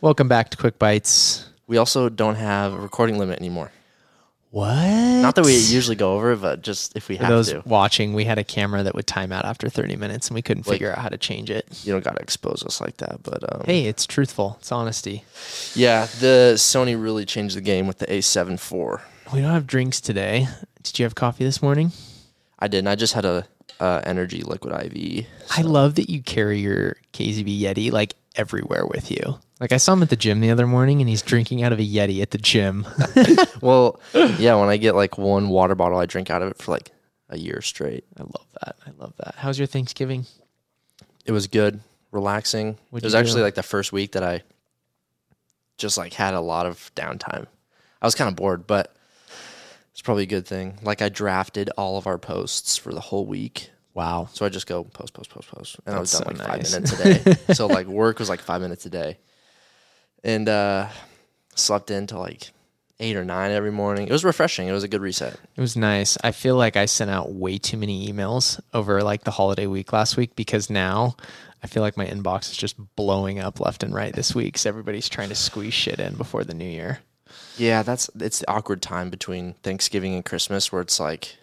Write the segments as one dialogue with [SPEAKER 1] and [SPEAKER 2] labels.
[SPEAKER 1] Welcome back to Quick Bites.
[SPEAKER 2] We also don't have a recording limit anymore.
[SPEAKER 1] What?
[SPEAKER 2] Not that we usually go over, it, but just if we
[SPEAKER 1] For
[SPEAKER 2] have
[SPEAKER 1] those
[SPEAKER 2] to,
[SPEAKER 1] watching, we had a camera that would time out after 30 minutes and we couldn't
[SPEAKER 2] Like-
[SPEAKER 1] figure out how to change it.
[SPEAKER 2] you don't gotta expose us like that. But um,
[SPEAKER 1] Hey, it's truthful. It's honesty.
[SPEAKER 2] yeah, the Sony really changed the game with the A7 IV.
[SPEAKER 1] We don't have drinks today. Did you have coffee this morning?
[SPEAKER 2] I didn't. I just had a uh, energy liquid IV.
[SPEAKER 1] I love that you carry your KZB Yeti like everywhere with you. Like I saw him at the gym the other morning and he's drinking out of a Yeti at the gym.
[SPEAKER 2] Well, yeah, when I get like one water bottle, I drink out of it for like a year straight.
[SPEAKER 1] I love that. I love that. How's your Thanksgiving?
[SPEAKER 2] It was good, relaxing.
[SPEAKER 1] What'd
[SPEAKER 2] it was
[SPEAKER 1] you do?
[SPEAKER 2] actually like the first week that I just like had a lot of downtime. I was kind of bored, but it's probably a good thing. Like I drafted all of our posts for the whole week.
[SPEAKER 1] Wow.
[SPEAKER 2] So I just go post, post, post, post, and I was
[SPEAKER 1] That's
[SPEAKER 2] done
[SPEAKER 1] so
[SPEAKER 2] like
[SPEAKER 1] nice.
[SPEAKER 2] five minutes a day. so like work was like five minutes a day, and uh, slept in till like eight or nine every morning. It was refreshing. It was a good reset.
[SPEAKER 1] It was nice. I feel like I sent out way too many emails over like the holiday week last week because now I feel like my inbox is just blowing up left and right this week. So everybody's trying to squeeze shit in before the new year.
[SPEAKER 2] Yeah, that's it's the awkward time between Thanksgiving and Christmas where it's like,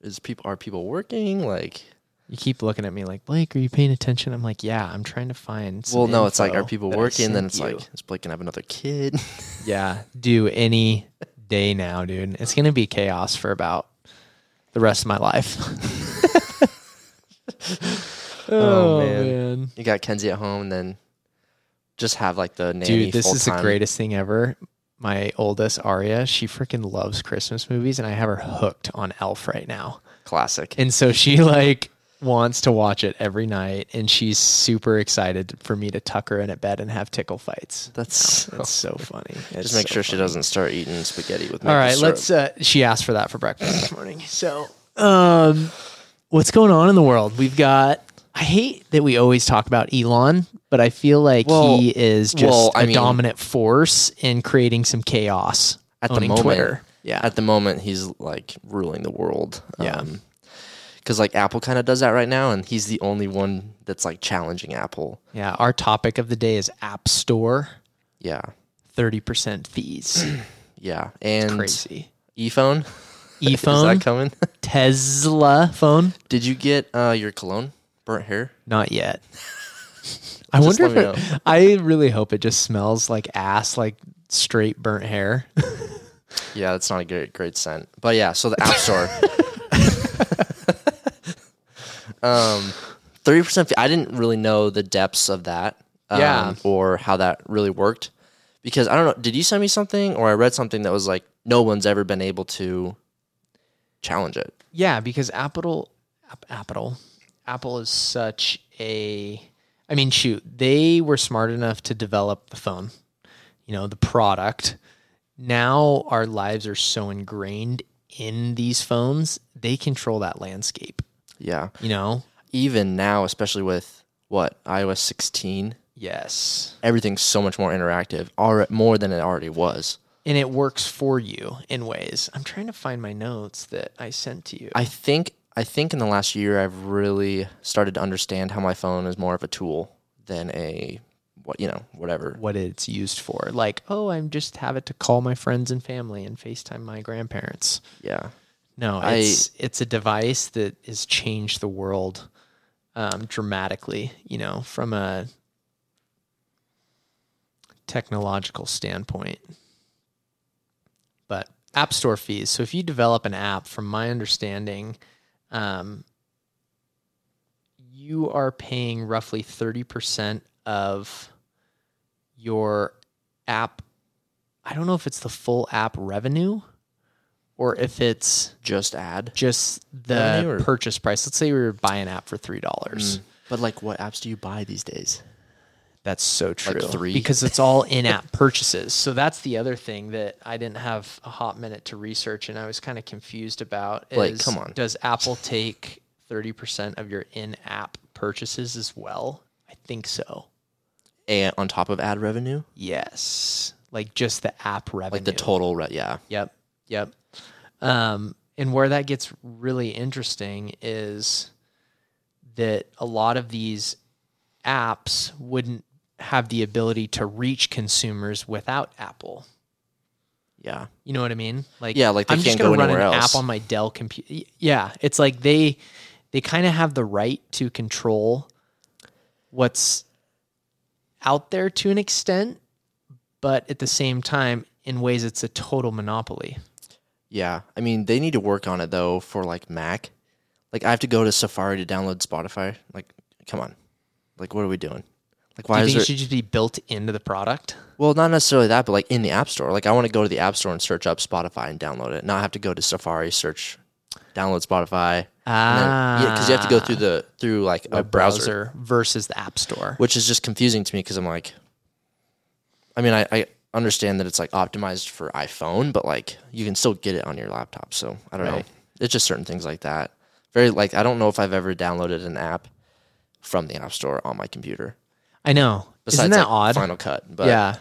[SPEAKER 2] is people are people working? Like,
[SPEAKER 1] You keep looking at me like, Blake, are you paying attention? I'm like, yeah, I'm trying to find. some
[SPEAKER 2] well, no, it's like are
[SPEAKER 1] info
[SPEAKER 2] people
[SPEAKER 1] that I
[SPEAKER 2] working? Then
[SPEAKER 1] sent
[SPEAKER 2] it's
[SPEAKER 1] you."
[SPEAKER 2] like, is Blake gonna have another kid?
[SPEAKER 1] yeah, do any day now, dude. It's gonna be chaos for about the rest of my life.
[SPEAKER 2] Oh, man. you got Kenzie at home, and then just have like the nanny
[SPEAKER 1] dude, this
[SPEAKER 2] full
[SPEAKER 1] is
[SPEAKER 2] time.
[SPEAKER 1] the greatest thing ever. My oldest Aria, she freaking loves Christmas movies, and I have her hooked on Elf right now.
[SPEAKER 2] classic.
[SPEAKER 1] And so she like wants to watch it every night, and she's super excited for me to tuck her in at bed and have tickle fights.
[SPEAKER 2] That's
[SPEAKER 1] It's so funny. It's
[SPEAKER 2] just make
[SPEAKER 1] so
[SPEAKER 2] sure she
[SPEAKER 1] funny.
[SPEAKER 2] doesn't start eating spaghetti with.
[SPEAKER 1] All right, let's. Uh, she asked for that for breakfast this morning. So, um, what's going on in the world? We've got. I hate that we always talk about Elon, but I feel like
[SPEAKER 2] Well-
[SPEAKER 1] he is just
[SPEAKER 2] well,
[SPEAKER 1] a
[SPEAKER 2] I mean-
[SPEAKER 1] dominant force in creating some chaos
[SPEAKER 2] At the
[SPEAKER 1] owning
[SPEAKER 2] moment,
[SPEAKER 1] Twitter.
[SPEAKER 2] yeah. At the moment, he's like ruling the world.
[SPEAKER 1] Yeah.
[SPEAKER 2] because like Apple kind of does that right now, and he's the only one that's like challenging Apple.
[SPEAKER 1] Yeah, our topic of the day is App Store
[SPEAKER 2] Yeah,
[SPEAKER 1] thirty percent fees.
[SPEAKER 2] yeah, and
[SPEAKER 1] Crazy.
[SPEAKER 2] ePhone. Is
[SPEAKER 1] ePhone,
[SPEAKER 2] that coming?
[SPEAKER 1] Tesla phone,
[SPEAKER 2] Did you get uh, your cologne burnt hair?
[SPEAKER 1] not yet. I
[SPEAKER 2] Just
[SPEAKER 1] wonder if
[SPEAKER 2] let me
[SPEAKER 1] it, I really hope it just smells like ass, like straight burnt hair.
[SPEAKER 2] Yeah, that's not a great great scent. But yeah, so the App Store. um, thirty percent. I didn't really know the depths of that. Um,
[SPEAKER 1] Yeah.
[SPEAKER 2] Or how that really worked, because I don't know. Did you send me something, or I read something that was like no one's ever been able to challenge it?
[SPEAKER 1] Yeah, because Apple, App- Apple, Apple is such a. I mean, shoot, they were smart enough to develop the phone, you know, the product. Now our lives are so ingrained in these phones, they control that landscape,
[SPEAKER 2] Yeah.
[SPEAKER 1] you know?
[SPEAKER 2] Even now, especially with what iOS sixteen,
[SPEAKER 1] Yes.
[SPEAKER 2] everything's so much more interactive, alre- more than it already was.
[SPEAKER 1] And it works for you in ways. I'm trying to find my notes that I sent to you.
[SPEAKER 2] I think I think in the last year I've really started to understand how my phone is more of a tool than a what you know whatever.
[SPEAKER 1] what it's used for. Like, oh, I'm just have it to call my friends and family and FaceTime my grandparents.
[SPEAKER 2] Yeah,
[SPEAKER 1] No,
[SPEAKER 2] I-
[SPEAKER 1] it's it's a device that has changed the world um, dramatically. You know, from a technological standpoint. But app store fees. So if you develop an app, from my understanding, um, you are paying roughly thirty percent of your app. I don't know if it's the full app revenue or if it's
[SPEAKER 2] just ad.
[SPEAKER 1] just the
[SPEAKER 2] Revenue or-
[SPEAKER 1] purchase price. Let's say we were buying an app for three dollars.
[SPEAKER 2] But like, what apps do you buy these days?
[SPEAKER 1] That's so true.
[SPEAKER 2] three?
[SPEAKER 1] Because it's all in-app purchases. So that's the other thing that I didn't have a hot minute to research, and I was kind of confused about.
[SPEAKER 2] Like,
[SPEAKER 1] is,
[SPEAKER 2] come on.
[SPEAKER 1] does Apple take thirty percent of your in-app purchases as well? I think so.
[SPEAKER 2] And on top of ad revenue,
[SPEAKER 1] Yes, like just the app revenue.
[SPEAKER 2] like the total. Re- yeah,
[SPEAKER 1] Yep. Yep. Um, and where that gets really interesting is that a lot of these apps wouldn't have the ability to reach consumers without Apple.
[SPEAKER 2] Yeah.
[SPEAKER 1] You know what I mean? Like
[SPEAKER 2] Yeah, like they
[SPEAKER 1] I'm just
[SPEAKER 2] can't go
[SPEAKER 1] gonna run an
[SPEAKER 2] anywhere else.
[SPEAKER 1] app on my Dell computer. Yeah, it's like they they kind of have the right to control what's out there to an extent, but at the same time, in ways, it's a total monopoly.
[SPEAKER 2] Yeah. I mean, they need to work on it though for like Mac. Like I have to go to Safari to download Spotify. Like come on. Like what are we doing? Like
[SPEAKER 1] Do
[SPEAKER 2] why
[SPEAKER 1] you
[SPEAKER 2] is
[SPEAKER 1] think
[SPEAKER 2] there
[SPEAKER 1] it should just be built into the product?
[SPEAKER 2] Well, not necessarily that, but like in the App Store. Like I want to go to the App Store and search up Spotify and download it. Not have to go to Safari, search, download Spotify.
[SPEAKER 1] Ah,
[SPEAKER 2] because you have to go through the through like a browser,
[SPEAKER 1] versus the App Store.
[SPEAKER 2] which is just confusing to me because I'm like, I mean, I, I understand that it's like optimized for iPhone, but like you can still get it on your laptop. So I don't know.
[SPEAKER 1] Right.
[SPEAKER 2] It's just certain things like that. Very like I don't know if I've ever downloaded an app from the App Store on my computer.
[SPEAKER 1] I know.
[SPEAKER 2] Besides,
[SPEAKER 1] Isn't that
[SPEAKER 2] like,
[SPEAKER 1] odd?
[SPEAKER 2] Final Cut, but
[SPEAKER 1] yeah.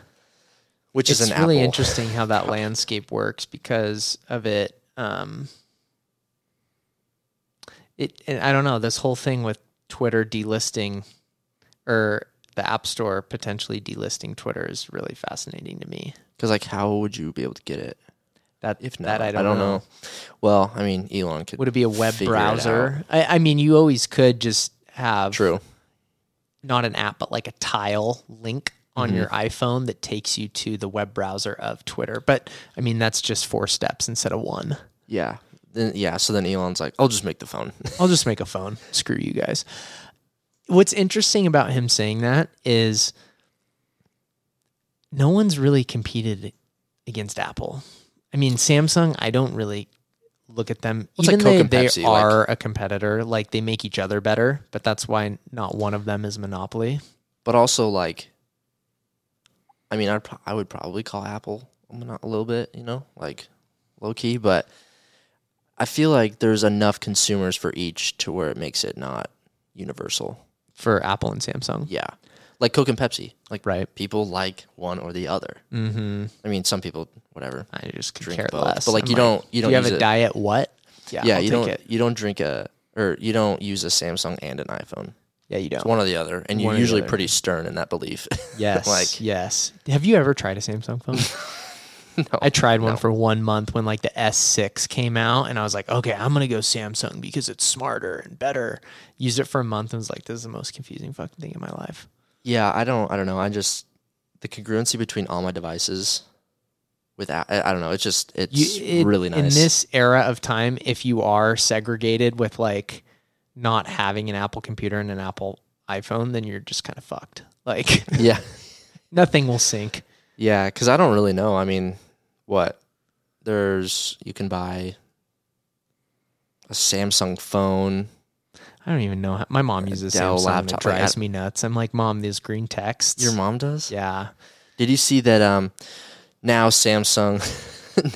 [SPEAKER 2] which
[SPEAKER 1] it's
[SPEAKER 2] is an
[SPEAKER 1] really
[SPEAKER 2] Apple.
[SPEAKER 1] interesting how that landscape works because of it um it and i don't know this whole thing with twitter delisting or the app store potentially delisting twitter is really fascinating to me
[SPEAKER 2] Because like, how would you be able to get it?
[SPEAKER 1] that
[SPEAKER 2] If not,
[SPEAKER 1] that i don't, know.
[SPEAKER 2] Well, I mean, Elon could.
[SPEAKER 1] would it be a web
[SPEAKER 2] figure it
[SPEAKER 1] browser I, I mean you always could just have
[SPEAKER 2] out. True.
[SPEAKER 1] not an app but like a tile link on
[SPEAKER 2] Mm-hmm.
[SPEAKER 1] your iphone that takes you to the web browser of twitter but i mean that's just four steps instead of one
[SPEAKER 2] Yeah. Then yeah. So then Elon's like, I'll just make the phone.
[SPEAKER 1] I'll just make a phone. Screw you guys. What's interesting about him saying that is no one's really competed against Apple. I mean, Samsung, I don't really look at them.
[SPEAKER 2] Well, it's like
[SPEAKER 1] Even though
[SPEAKER 2] Coke and
[SPEAKER 1] they
[SPEAKER 2] Pepsi, like-
[SPEAKER 1] are a competitor, like they make each other better, but that's why not one of them is monopoly.
[SPEAKER 2] but also like i mean I'd pro- i would probably call apple a mono- a little bit you know like low key but i feel like there's enough consumers for each to where it makes it not universal
[SPEAKER 1] For Apple and Samsung,
[SPEAKER 2] yeah like coke and pepsi like
[SPEAKER 1] right?
[SPEAKER 2] people like one or the other
[SPEAKER 1] Mm-hmm.
[SPEAKER 2] i mean some people whatever
[SPEAKER 1] I just could
[SPEAKER 2] Drink
[SPEAKER 1] care
[SPEAKER 2] both.
[SPEAKER 1] less.
[SPEAKER 2] But, like,
[SPEAKER 1] I'm
[SPEAKER 2] you don't-
[SPEAKER 1] do
[SPEAKER 2] you don't
[SPEAKER 1] have
[SPEAKER 2] use
[SPEAKER 1] a
[SPEAKER 2] it.
[SPEAKER 1] diet. What? Yeah,
[SPEAKER 2] yeah
[SPEAKER 1] I'll
[SPEAKER 2] you
[SPEAKER 1] take
[SPEAKER 2] don't
[SPEAKER 1] it.
[SPEAKER 2] you don't drink a or you don't use a samsung and an iphone
[SPEAKER 1] Yeah, you
[SPEAKER 2] it's
[SPEAKER 1] don't.
[SPEAKER 2] one or the other
[SPEAKER 1] One
[SPEAKER 2] and you're
[SPEAKER 1] or the
[SPEAKER 2] usually
[SPEAKER 1] other.
[SPEAKER 2] pretty stern in that belief
[SPEAKER 1] Yes.
[SPEAKER 2] Like-
[SPEAKER 1] yes. Have you ever tried a Samsung phone?
[SPEAKER 2] No,
[SPEAKER 1] I tried one
[SPEAKER 2] no.
[SPEAKER 1] for one month when like the S6 came out, and I was like, okay, I'm gonna go Samsung because it's smarter and better. Used it for a month and was like, this is the most confusing fucking thing in my life.
[SPEAKER 2] Yeah, I don't. I don't know. I just the congruency between all my devices. Without, I, I don't know. It's just it's
[SPEAKER 1] it-
[SPEAKER 2] really
[SPEAKER 1] in
[SPEAKER 2] nice.
[SPEAKER 1] this era of time. If you are segregated with like not having an Apple computer and an Apple iPhone, then you're just kind of fucked. Like
[SPEAKER 2] yeah,
[SPEAKER 1] nothing will sync.
[SPEAKER 2] yeah. Because I don't really know. I mean, what there's you can buy a Samsung phone.
[SPEAKER 1] I don't even know. How, my mom uses
[SPEAKER 2] Dell
[SPEAKER 1] Samsung. and It
[SPEAKER 2] laptop, like,
[SPEAKER 1] drives
[SPEAKER 2] I-
[SPEAKER 1] me nuts. I'm like, mom, these green texts.
[SPEAKER 2] Your mom does.
[SPEAKER 1] yeah.
[SPEAKER 2] Did you see that? Um, now Samsung,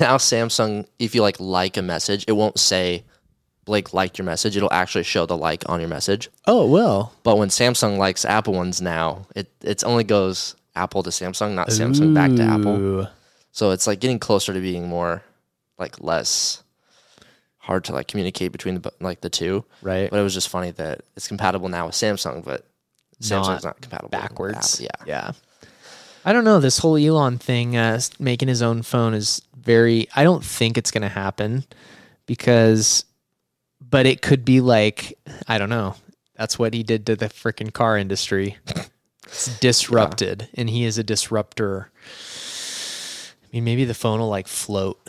[SPEAKER 2] now Samsung. If you like like a message, it won't say Blake liked your message. It'll actually show the like on your message.
[SPEAKER 1] Oh well.
[SPEAKER 2] But when Samsung likes Apple ones now, it it's only goes Apple to Samsung, not Samsung back to Apple. So it's like getting closer to being more like less hard to like communicate between the bu- like the two.
[SPEAKER 1] Right.
[SPEAKER 2] But it was just funny that it's compatible now with Samsung, but Samsung's not, compatible with
[SPEAKER 1] backwards.
[SPEAKER 2] Apple. Yeah.
[SPEAKER 1] Yeah. I don't know. This whole Elon thing, uh, s- making his own phone is very, I don't think it's going to happen because, but it could be like, I don't know. That's what he did to the freaking car industry. It's disrupted, and he is a disruptor. I mean, maybe the phone will like float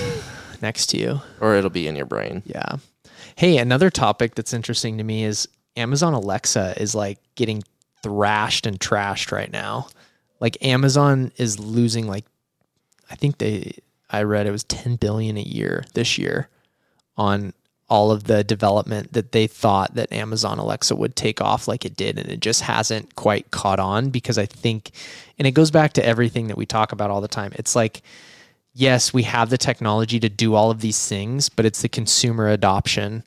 [SPEAKER 1] next to you.
[SPEAKER 2] Or it'll be in your brain.
[SPEAKER 1] Yeah. Hey, another topic that's interesting to me is Amazon Alexa is like getting thrashed and trashed right now. Like Amazon is losing like I think they I read it was 10 billion a year this year on all of the development that they thought that Amazon Alexa would take off like it did and it just hasn't quite caught on because I think and it goes back to everything that we talk about all the time. It's like yes, we have the technology to do all of these things, but it's the consumer adoption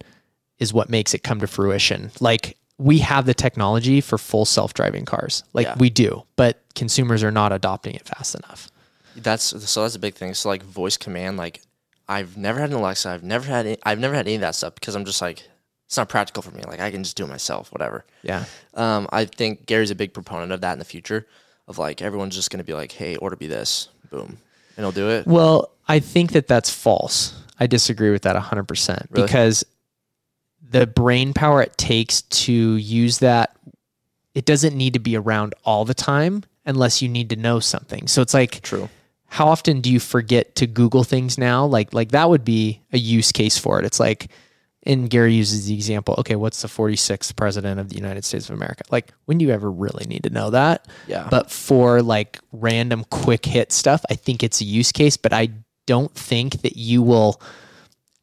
[SPEAKER 1] is what makes it come to fruition. Like we have the technology for full self-driving cars. Like
[SPEAKER 2] Yeah.
[SPEAKER 1] we do, but consumers are not adopting it fast enough.
[SPEAKER 2] That's so that's a big thing. So like voice command, like I've never had an Alexa. I've never had any, I've never had any of that stuff because I'm just like it's not practical for me. Like I can just do it myself, whatever.
[SPEAKER 1] Yeah.
[SPEAKER 2] Um, I think Gary's a big proponent of that in the future, of like everyone's just going to be like, hey, order me this, boom, and he'll do it.
[SPEAKER 1] Well, I think that that's false. I disagree with that 100%
[SPEAKER 2] Really?
[SPEAKER 1] because the brain power it takes to use that it doesn't need to be around all the time unless you need to know something. So it's like
[SPEAKER 2] True.
[SPEAKER 1] how often do you forget to Google things now? Like like that would be a use case for it. It's like and Gary uses the example, okay, what's the 46th president of the United States of America? Like when do you ever really need to know that?
[SPEAKER 2] Yeah.
[SPEAKER 1] But for like random quick hit stuff, I think it's a use case, but I don't think that you will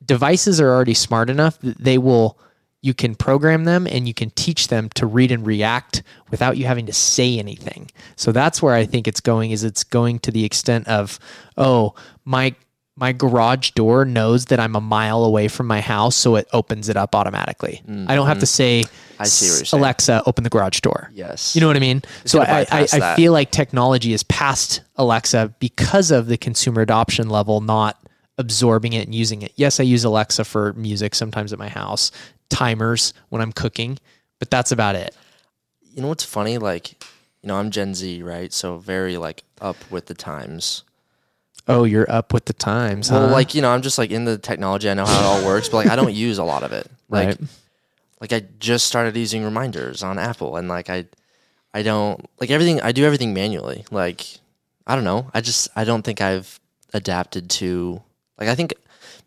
[SPEAKER 1] devices are already smart enough that they will you can program them and you can teach them to read and react without you having to say anything. So that's where I think it's going is it's going to the extent of oh, my my garage door knows that I'm a mile away from my house so it opens it up automatically. I don't have to say
[SPEAKER 2] Mm. I see what you're saying.
[SPEAKER 1] Alexa open the garage door.
[SPEAKER 2] Yes.
[SPEAKER 1] You know what I mean? So
[SPEAKER 2] gonna
[SPEAKER 1] I, I,
[SPEAKER 2] bypass
[SPEAKER 1] I
[SPEAKER 2] that.
[SPEAKER 1] feel like technology is past Alexa because of the consumer adoption level, not absorbing it and using it. Yes, I use Alexa for music sometimes at my house, timers when I'm cooking, but that's about it.
[SPEAKER 2] you know what's funny? Like, you know, I'm Gen Z, right? So very like up with the times.
[SPEAKER 1] Oh, you're up with the times,
[SPEAKER 2] Well,
[SPEAKER 1] huh?
[SPEAKER 2] like you know, I'm just like in the technology. I know how it all works, but like I don't use a lot of it. Like,
[SPEAKER 1] Right.
[SPEAKER 2] like I just started using reminders on Apple, and like I, I don't like everything. I do everything manually. Like, I don't know. I just I don't think I've adapted to. Like, I think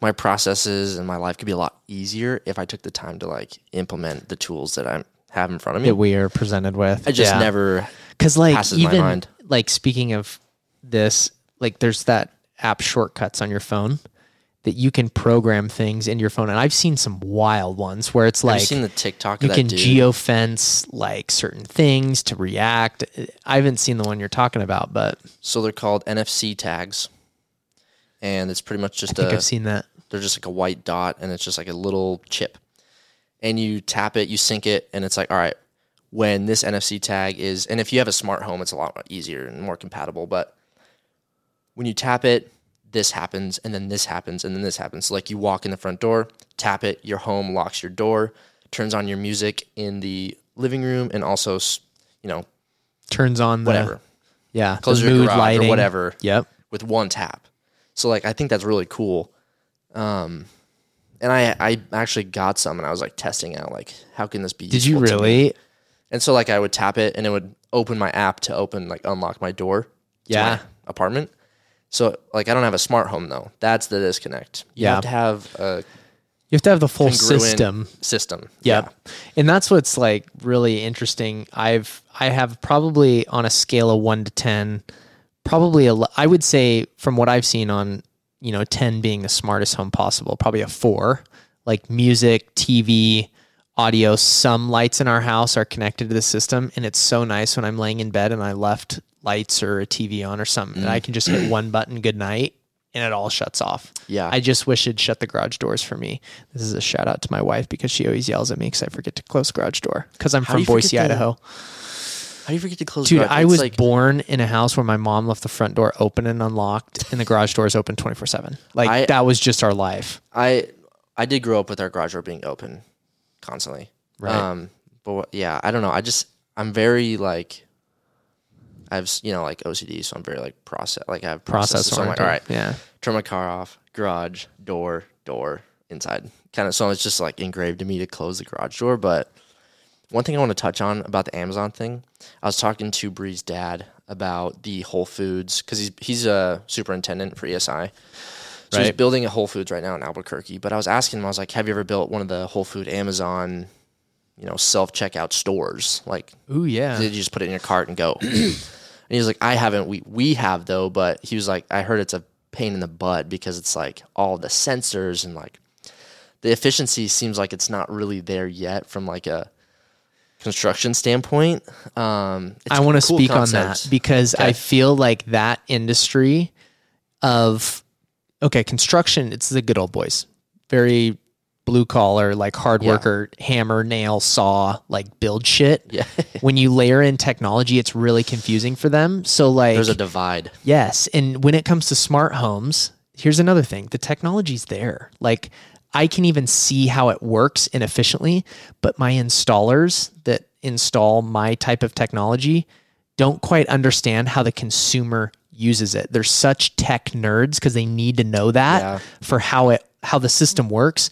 [SPEAKER 2] my processes and my life could be a lot easier if I took the time to like implement the tools that I have in front of me.
[SPEAKER 1] that we are presented with.
[SPEAKER 2] I just
[SPEAKER 1] Yeah.
[SPEAKER 2] never.
[SPEAKER 1] because like
[SPEAKER 2] passes my
[SPEAKER 1] even
[SPEAKER 2] mind.
[SPEAKER 1] like speaking of this like there's that app shortcuts on your phone that you can program things in your phone and i've seen some wild ones where it's
[SPEAKER 2] I've
[SPEAKER 1] like
[SPEAKER 2] seen the TikTok. Of
[SPEAKER 1] you
[SPEAKER 2] that
[SPEAKER 1] can
[SPEAKER 2] dude.
[SPEAKER 1] geofence like certain things to react i haven't seen the one you're talking about but
[SPEAKER 2] So they're called NFC tags, and it's pretty much just
[SPEAKER 1] i think
[SPEAKER 2] a
[SPEAKER 1] i've seen that
[SPEAKER 2] they're just like a white dot, and it's just like a little chip, and you tap it, you sync it, and it's like all right, when this NFC tag is, and if you have a smart home, it's a lot easier and more compatible, but when you tap it. This happens, and then this happens, and then this happens. So, like you walk in the front door, tap it, your home locks your door, turns on your music in the living room, and also, s- you know,
[SPEAKER 1] turns on the,
[SPEAKER 2] whatever
[SPEAKER 1] yeah
[SPEAKER 2] Close
[SPEAKER 1] the
[SPEAKER 2] your
[SPEAKER 1] mood
[SPEAKER 2] garage or
[SPEAKER 1] lighting
[SPEAKER 2] whatever.
[SPEAKER 1] yep
[SPEAKER 2] with one tap. So like I think that's really cool. Um and I I actually got some and I was like testing out like how can this be
[SPEAKER 1] did you
[SPEAKER 2] useful to me?
[SPEAKER 1] really
[SPEAKER 2] And so like I would tap it and it would open my app to open like unlock my door to
[SPEAKER 1] Yeah.
[SPEAKER 2] my apartment. So like I don't have a smart home though. That's the disconnect. You
[SPEAKER 1] Yeah.
[SPEAKER 2] have to have a
[SPEAKER 1] you have to have the full
[SPEAKER 2] congruent
[SPEAKER 1] system
[SPEAKER 2] system.
[SPEAKER 1] Yeah. And that's what's like really interesting. I've I have probably on a scale of 1 to 10 probably a l- I would say from what I've seen on, you know, 10 being the smartest home possible, probably a 4. Like music, TV, audio, some lights in our house are connected to the system and it's so nice when I'm laying in bed and I left lights or a TV on or something and I can just hit one button good night and it all shuts off.
[SPEAKER 2] Yeah.
[SPEAKER 1] I just wish it'd shut the garage doors for me. This is a shout out to my wife because she always yells at me because I forget to close garage door because I'm
[SPEAKER 2] do
[SPEAKER 1] from
[SPEAKER 2] you forget
[SPEAKER 1] Boise,
[SPEAKER 2] the-
[SPEAKER 1] Idaho.
[SPEAKER 2] How do you forget to close
[SPEAKER 1] Dude,
[SPEAKER 2] garage?
[SPEAKER 1] I
[SPEAKER 2] It's
[SPEAKER 1] was
[SPEAKER 2] like
[SPEAKER 1] born in a house where my mom left the front door open and unlocked, and the garage door is open twenty four seven. Like
[SPEAKER 2] I-
[SPEAKER 1] that was just our life.
[SPEAKER 2] I I did grow up with our garage door being open constantly.
[SPEAKER 1] Right.
[SPEAKER 2] Um, but wha- yeah, I don't know. I just I'm very like I've s- you know like OCD, so I'm very like process like I have processes.
[SPEAKER 1] Process
[SPEAKER 2] so I'm like,
[SPEAKER 1] oriented.
[SPEAKER 2] all right,
[SPEAKER 1] yeah.
[SPEAKER 2] turn my car off, garage door, door inside. Kind of so it's just like engraved in me to close the garage door. But one thing I want to touch on about the Amazon thing, I was talking to Bree's dad about the Whole Foods because he's he's a superintendent for ESI. So he's
[SPEAKER 1] Right.
[SPEAKER 2] building a Whole Foods right now in Albuquerque. But I was asking him, I was like, "Have you ever built one of the Whole Food Amazon, you know, self checkout stores? Like,
[SPEAKER 1] Ooh yeah.
[SPEAKER 2] did you just put it in your cart and go?" and he was like, "I haven't. We we have though." But he was like, "I heard it's a pain in the butt because it's like all the sensors and like the efficiency seems like it's not really there yet from like a construction standpoint." Um, it's
[SPEAKER 1] I want to
[SPEAKER 2] cool
[SPEAKER 1] speak on that
[SPEAKER 2] concept.
[SPEAKER 1] because
[SPEAKER 2] Okay.
[SPEAKER 1] I feel like that industry of okay, construction, it's the good old boys. Very blue collar, like hard
[SPEAKER 2] Yeah.
[SPEAKER 1] worker, hammer, nail, saw, like build shit.
[SPEAKER 2] Yeah.
[SPEAKER 1] when you layer in technology, it's really confusing for them. So like
[SPEAKER 2] There's a divide.
[SPEAKER 1] Yes, and when it comes to smart homes, here's another thing: the technology's there. Like I can even see how it works inefficiently, but my installers that install my type of technology don't quite understand how the consumer uses it. They're such tech nerds because they need to know that
[SPEAKER 2] Yeah.
[SPEAKER 1] for how it how the system works,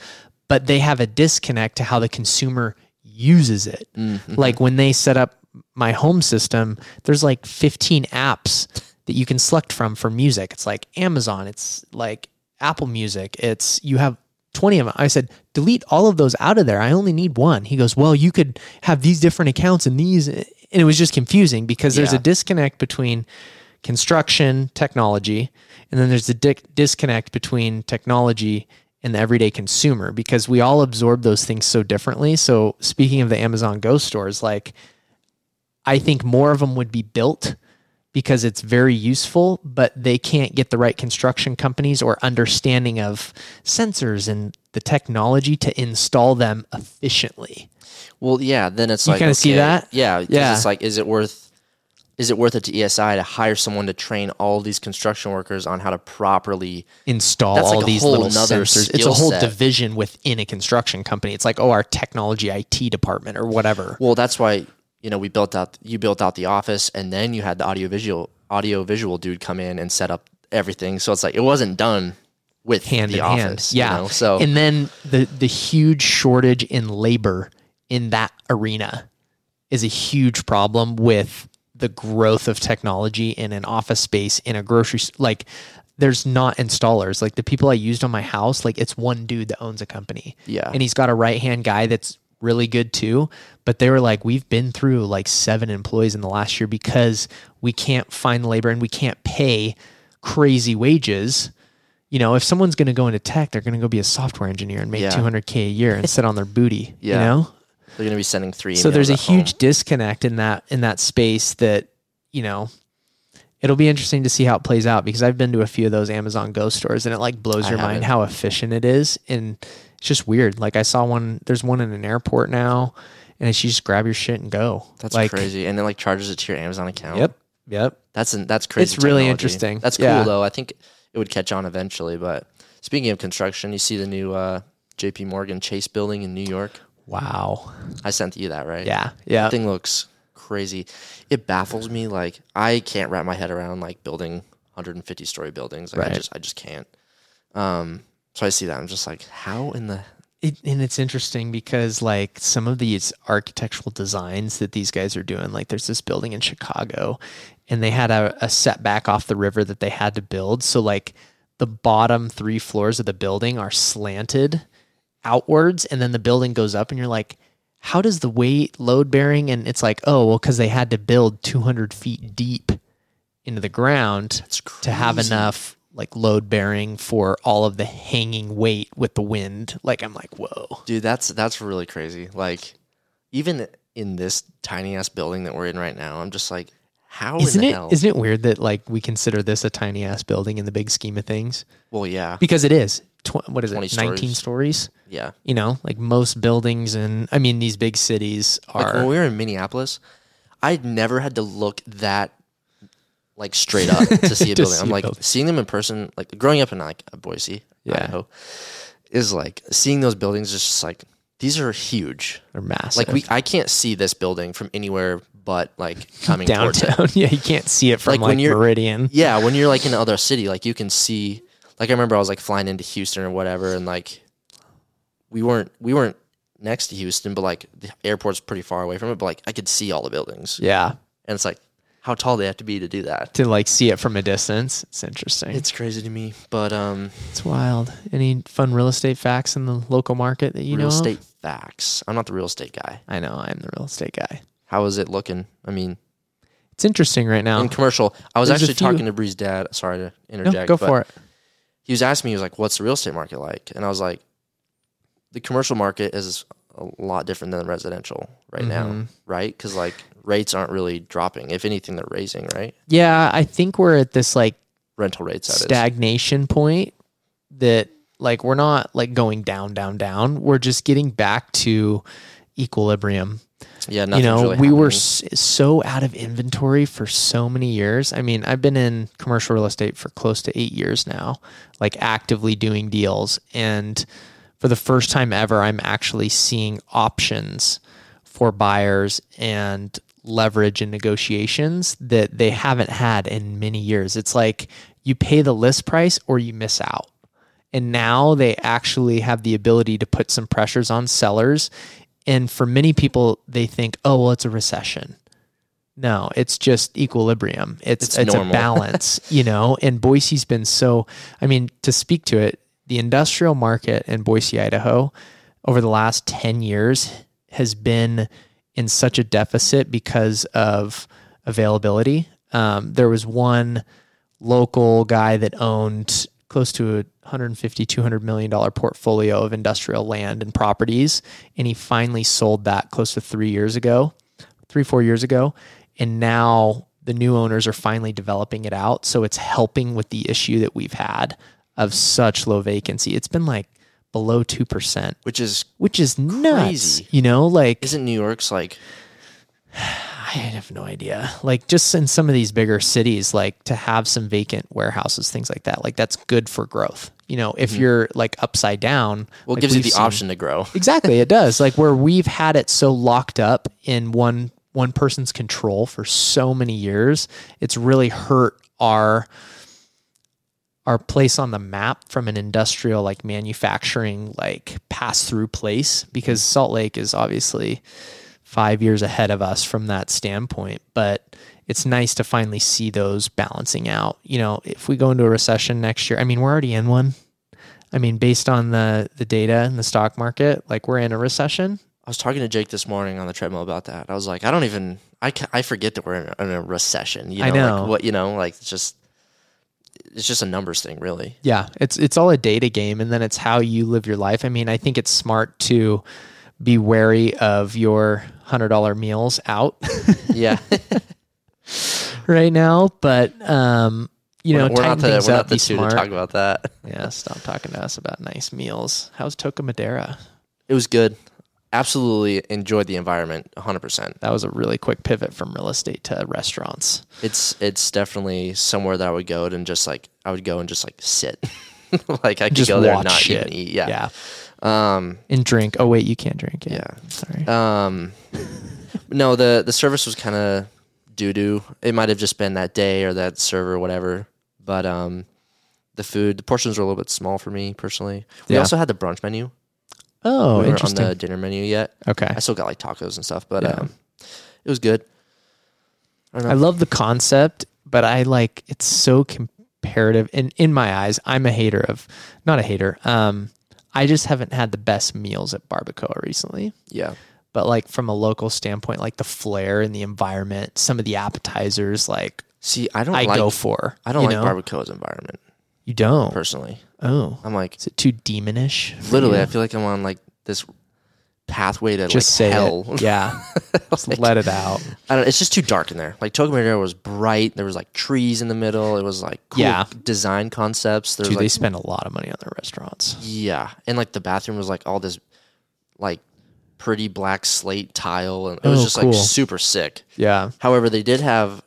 [SPEAKER 1] but they have a disconnect to how the consumer uses it. Like when they set up my home system, there's like 15 apps that you can select from for music. It's like Amazon, it's like Apple Music, it's you have 20 of them. I said, delete all of those out of there. I only need one. He goes, well, you could have these different accounts and these. And it was just confusing because there's
[SPEAKER 2] Yeah.
[SPEAKER 1] a disconnect between construction technology and then there's the dic- disconnect between technology and the everyday consumer because we all absorb those things so differently. So speaking of the Amazon Go stores, like I think more of them would be built because it's very useful, but they can't get the right construction companies or understanding of sensors and the technology to install them efficiently.
[SPEAKER 2] Well, yeah. Then it's
[SPEAKER 1] You
[SPEAKER 2] like
[SPEAKER 1] kinda see
[SPEAKER 2] okay,
[SPEAKER 1] that?
[SPEAKER 2] Yeah, 'cause
[SPEAKER 1] Yeah.
[SPEAKER 2] It's like, is it worth? Is it worth it to ESI to hire someone to train all these construction workers on how to properly?
[SPEAKER 1] Install
[SPEAKER 2] That's like
[SPEAKER 1] all
[SPEAKER 2] a
[SPEAKER 1] these
[SPEAKER 2] whole
[SPEAKER 1] little
[SPEAKER 2] nother
[SPEAKER 1] sensors. It's a
[SPEAKER 2] skill
[SPEAKER 1] whole
[SPEAKER 2] set.
[SPEAKER 1] division within a construction company. It's like, oh, our technology IT department or whatever.
[SPEAKER 2] Well, that's why you know we built out. You built out the office, and then you had the audio visual audio visual dude come in and set up everything. So it's like it wasn't done with
[SPEAKER 1] hand
[SPEAKER 2] the
[SPEAKER 1] in
[SPEAKER 2] office.
[SPEAKER 1] hand. Yeah.
[SPEAKER 2] You know? So
[SPEAKER 1] and then the the huge shortage in labor in that arena is a huge problem with the growth of technology in an office space in a grocery s- like there's not installers like the people I used on my house like it's one dude that owns a company
[SPEAKER 2] Yeah.
[SPEAKER 1] and he's got a right hand guy that's really good too but they were like we've been through like seven employees in the last year because we can't find labor and we can't pay crazy wages you know if someone's going to go into tech they're going to go be a software engineer and make
[SPEAKER 2] Yeah.
[SPEAKER 1] 200k a year and sit on their booty
[SPEAKER 2] Yeah.
[SPEAKER 1] you know
[SPEAKER 2] they're gonna be sending three.
[SPEAKER 1] so
[SPEAKER 2] emails
[SPEAKER 1] there's a
[SPEAKER 2] at home.
[SPEAKER 1] huge disconnect in that in that space that you know it'll be interesting to see how it plays out because i've been to a few of those amazon go stores and it like blows
[SPEAKER 2] I
[SPEAKER 1] your mind
[SPEAKER 2] haven't.
[SPEAKER 1] how efficient it is and it's just weird like i saw one there's one in an airport now and it's you just grab your shit and go
[SPEAKER 2] That's
[SPEAKER 1] like
[SPEAKER 2] crazy, and then like charges it to your Amazon account.
[SPEAKER 1] yep yep
[SPEAKER 2] That's an, that's crazy.
[SPEAKER 1] It's really
[SPEAKER 2] technology.
[SPEAKER 1] interesting.
[SPEAKER 2] That's cool
[SPEAKER 1] Yeah.
[SPEAKER 2] though. I think it would catch on eventually. But speaking of construction, you see the new uh, J.P. Morgan Chase building in New York.
[SPEAKER 1] wow
[SPEAKER 2] I sent you that right.
[SPEAKER 1] yeah yeah
[SPEAKER 2] That thing looks crazy. It baffles me. Like I can't wrap my head around like building 150 story buildings. Like, I
[SPEAKER 1] Right.
[SPEAKER 2] just I just can't. Um. So I see that. I'm just like, how in the
[SPEAKER 1] it, and it's interesting because like some of these architectural designs that these guys are doing like there's this building in chicago and they had a, a setback off the river that they had to build so like the bottom three floors of the building are slanted outwards and then the building goes up and you're like how does the weight load bearing and it's like oh well because they had to build 200 feet deep into the ground
[SPEAKER 2] it's crazy.
[SPEAKER 1] to have enough like load bearing for all of the hanging weight with the wind. Like I'm like, whoa.
[SPEAKER 2] Dude, that's that's really crazy. Like, even in this tiny ass building that we're in right now, I'm just like, how
[SPEAKER 1] Isn't
[SPEAKER 2] in
[SPEAKER 1] it
[SPEAKER 2] the hell?
[SPEAKER 1] not it weird that like we consider this a tiny ass building in the big scheme of things?
[SPEAKER 2] well, yeah,
[SPEAKER 1] Because it is. Tw- what is it?
[SPEAKER 2] 20
[SPEAKER 1] 19
[SPEAKER 2] stories.
[SPEAKER 1] stories.
[SPEAKER 2] yeah.
[SPEAKER 1] You know, like most buildings and I mean these big cities
[SPEAKER 2] Like
[SPEAKER 1] are
[SPEAKER 2] when we were in Minneapolis, I'd never had to look that like straight up to see a
[SPEAKER 1] To
[SPEAKER 2] building.
[SPEAKER 1] see
[SPEAKER 2] I'm
[SPEAKER 1] a
[SPEAKER 2] like
[SPEAKER 1] building.
[SPEAKER 2] seeing them in person. Like growing up in like Boise,
[SPEAKER 1] Yeah.
[SPEAKER 2] Idaho, is like seeing those buildings is just like these are huge.
[SPEAKER 1] they're massive.
[SPEAKER 2] Like we, I can't see this building from anywhere but like coming towards it.
[SPEAKER 1] downtown. yeah, you can't see it from
[SPEAKER 2] Like,
[SPEAKER 1] like,
[SPEAKER 2] when you're-
[SPEAKER 1] Meridian.
[SPEAKER 2] Yeah, when you're like in another city, like you can see. Like I remember, I was like flying into Houston or whatever, and like we weren't we weren't next to Houston, but like the airport's pretty far away from it. But like I could see all the buildings,
[SPEAKER 1] Yeah.
[SPEAKER 2] and it's like how tall they have to be to do that.
[SPEAKER 1] To like see it from a distance. It's interesting.
[SPEAKER 2] It's crazy to me, but um,
[SPEAKER 1] It's wild. Any fun real estate facts in the local market that you know?
[SPEAKER 2] real
[SPEAKER 1] of?
[SPEAKER 2] estate facts. I'm not the real estate guy.
[SPEAKER 1] I know I'm the real estate guy.
[SPEAKER 2] How is it looking? I mean,
[SPEAKER 1] It's interesting right now.
[SPEAKER 2] in commercial, I was
[SPEAKER 1] There's a
[SPEAKER 2] actually
[SPEAKER 1] few-
[SPEAKER 2] talking to Bree's dad. Sorry to
[SPEAKER 1] No,
[SPEAKER 2] interject.
[SPEAKER 1] go
[SPEAKER 2] but
[SPEAKER 1] for it.
[SPEAKER 2] he was asking me, he was like, "What's the real estate market like?" And I was like, "The commercial market is a lot different than the residential right now,
[SPEAKER 1] Mhm.
[SPEAKER 2] right? Because like rates aren't really dropping. If anything, they're raising, right?
[SPEAKER 1] Yeah, I think we're at this like
[SPEAKER 2] Rental rates, that is.
[SPEAKER 1] stagnation point that like we're not like going down, down, down. We're just getting back to equilibrium.
[SPEAKER 2] Yeah, nothing's
[SPEAKER 1] you know,
[SPEAKER 2] really
[SPEAKER 1] we were
[SPEAKER 2] happening.
[SPEAKER 1] s- so out of inventory for so many years. I mean, I've been in commercial real estate for close to eight years now, like actively doing deals. And for the first time ever, I'm actually seeing options for buyers and leverage and negotiations that they haven't had in many years. It's like you pay the list price or you miss out. And now they actually have the ability to put some pressures on sellers. And for many people, they think, oh, well, it's a recession. No, it's just equilibrium. It's it's,
[SPEAKER 2] It's
[SPEAKER 1] a
[SPEAKER 2] normal.
[SPEAKER 1] balance, you know. And Boise's been so. I mean, to speak to it, the industrial market in Boise, Idaho, over the last ten years has been in such a deficit because of availability. Um, there was one local guy that owned close to a 150 200 million dollar portfolio of industrial land and properties and he finally sold that close to 3 years ago 3 4 years ago and now the new owners are finally developing it out so it's helping with the issue that we've had of such low vacancy it's been like below 2%
[SPEAKER 2] which is
[SPEAKER 1] which is nuts
[SPEAKER 2] Crazy.
[SPEAKER 1] you know like
[SPEAKER 2] isn't New York's like
[SPEAKER 1] I have no idea. Like just in some of these bigger cities, like to have some vacant warehouses, things like that. Like that's good for growth. You know, if you're like upside down,
[SPEAKER 2] well
[SPEAKER 1] like,
[SPEAKER 2] it gives you
[SPEAKER 1] we've
[SPEAKER 2] the
[SPEAKER 1] seen-
[SPEAKER 2] option to grow.
[SPEAKER 1] Exactly, it does. Like where we've had it so locked up in one one person's control for so many years, it's really hurt our our place on the map from an industrial like manufacturing like pass through place because Salt Lake is obviously 5 years ahead of us from that standpoint, but it's nice to finally see those balancing out. You know, if we go into a recession next year, I mean, we're already in one. I mean, based on the the data in the stock market, like we're in a recession.
[SPEAKER 2] I was talking to Jake this morning on the treadmill about that. I was like, I don't even, I, ca- I forget that we're in a, in a recession. You know,
[SPEAKER 1] I know.
[SPEAKER 2] Like what you know, like it's just, it's just a numbers thing, really.
[SPEAKER 1] Yeah, it's it's all a data game, and then it's how you live your life. I mean, I think it's smart to be wary of your hundred dollar meals out
[SPEAKER 2] Yeah,
[SPEAKER 1] right now, but um, you know,
[SPEAKER 2] we're
[SPEAKER 1] tighten
[SPEAKER 2] not the
[SPEAKER 1] things
[SPEAKER 2] we're
[SPEAKER 1] up,
[SPEAKER 2] not the
[SPEAKER 1] be
[SPEAKER 2] two to talk
[SPEAKER 1] smart.
[SPEAKER 2] about that.
[SPEAKER 1] Yeah, stop talking to us about nice meals. How's Toca Madera?
[SPEAKER 2] It was good. Absolutely enjoyed the environment, 100. percent
[SPEAKER 1] That was a really quick pivot from real estate to restaurants.
[SPEAKER 2] It's it's definitely somewhere that I would go and just like I would go and just like sit, like I could
[SPEAKER 1] Just
[SPEAKER 2] go there and
[SPEAKER 1] watch
[SPEAKER 2] not
[SPEAKER 1] shit.
[SPEAKER 2] even eat. Yeah. Um.
[SPEAKER 1] and drink. Oh wait, you can't drink. Yeah,
[SPEAKER 2] Yeah.
[SPEAKER 1] sorry.
[SPEAKER 2] Um, no, the the service was kind of doo doo. It might have just been that day or that server, or whatever. But um, the food, the portions were a little bit small for me personally. We
[SPEAKER 1] Yeah.
[SPEAKER 2] also had the brunch menu.
[SPEAKER 1] oh,
[SPEAKER 2] we weren't on
[SPEAKER 1] interesting.
[SPEAKER 2] the dinner menu yet.
[SPEAKER 1] okay,
[SPEAKER 2] I still got like tacos and stuff, but
[SPEAKER 1] Yeah.
[SPEAKER 2] um, it was good. I don't
[SPEAKER 1] I
[SPEAKER 2] know.
[SPEAKER 1] love the concept, but I like it's so comparative. And in my eyes, I'm a hater of not a hater. Um, I just haven't had the best meals at Barbacoa recently.
[SPEAKER 2] yeah,
[SPEAKER 1] But like from a local standpoint, like the flair and the environment, some of the appetizers, like
[SPEAKER 2] see, I don't
[SPEAKER 1] I
[SPEAKER 2] like
[SPEAKER 1] go for.
[SPEAKER 2] I don't
[SPEAKER 1] you
[SPEAKER 2] like
[SPEAKER 1] know?
[SPEAKER 2] barbacoa's environment
[SPEAKER 1] You don't.
[SPEAKER 2] personally.
[SPEAKER 1] oh,
[SPEAKER 2] I'm like
[SPEAKER 1] is it too demonish? for
[SPEAKER 2] literally,
[SPEAKER 1] you?
[SPEAKER 2] I feel like I'm on like this pathway to
[SPEAKER 1] just
[SPEAKER 2] like
[SPEAKER 1] say
[SPEAKER 2] hell.
[SPEAKER 1] it. Yeah, just let it out.
[SPEAKER 2] I don't. It's just too dark in there. Like Tokyo Marina was bright. There was like trees in the middle. It was like cool
[SPEAKER 1] Yeah.
[SPEAKER 2] design concepts. There was
[SPEAKER 1] Dude, they
[SPEAKER 2] like
[SPEAKER 1] spend a lot of money on their restaurants.
[SPEAKER 2] yeah, and like the bathroom was like all this like pretty black slate tile, and it was
[SPEAKER 1] Oh,
[SPEAKER 2] just
[SPEAKER 1] cool.
[SPEAKER 2] like super sick.
[SPEAKER 1] Yeah.
[SPEAKER 2] However, they did have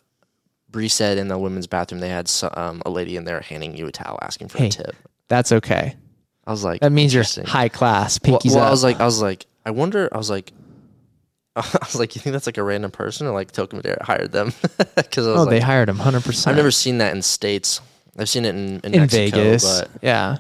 [SPEAKER 2] Bree said in the women's bathroom they had so- um, a lady in there handing you a towel asking for
[SPEAKER 1] Hey.
[SPEAKER 2] a tip.
[SPEAKER 1] That's okay.
[SPEAKER 2] I was like,
[SPEAKER 1] That means you're
[SPEAKER 2] Interesting.
[SPEAKER 1] high class.
[SPEAKER 2] well,
[SPEAKER 1] Pinkies
[SPEAKER 2] well,
[SPEAKER 1] up.
[SPEAKER 2] I was like, I was like, I wonder. I was like. I was like, you think that's like a random person, or like Tokyo Madera hired them? Because I was
[SPEAKER 1] oh,
[SPEAKER 2] like,
[SPEAKER 1] they hired him 100. percent
[SPEAKER 2] I've never seen that in states. I've seen it in in,
[SPEAKER 1] in
[SPEAKER 2] Mexico,
[SPEAKER 1] Vegas.
[SPEAKER 2] but
[SPEAKER 1] yeah,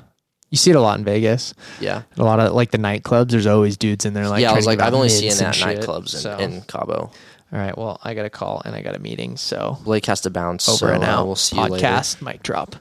[SPEAKER 1] you see it a lot in Vegas.
[SPEAKER 2] yeah,
[SPEAKER 1] A lot of like the nightclubs. There's always dudes in there. Like
[SPEAKER 2] yeah. I was like,
[SPEAKER 1] training
[SPEAKER 2] I've only
[SPEAKER 1] about
[SPEAKER 2] seen
[SPEAKER 1] mids
[SPEAKER 2] that
[SPEAKER 1] and
[SPEAKER 2] in
[SPEAKER 1] shit.
[SPEAKER 2] nightclubs in,
[SPEAKER 1] So,
[SPEAKER 2] in Cabo.
[SPEAKER 1] all right, well, I got a call and I got a meeting, so
[SPEAKER 2] Blake has to bounce
[SPEAKER 1] over
[SPEAKER 2] so
[SPEAKER 1] and
[SPEAKER 2] uh,
[SPEAKER 1] out.
[SPEAKER 2] We'll see you later.
[SPEAKER 1] Podcast mic drop.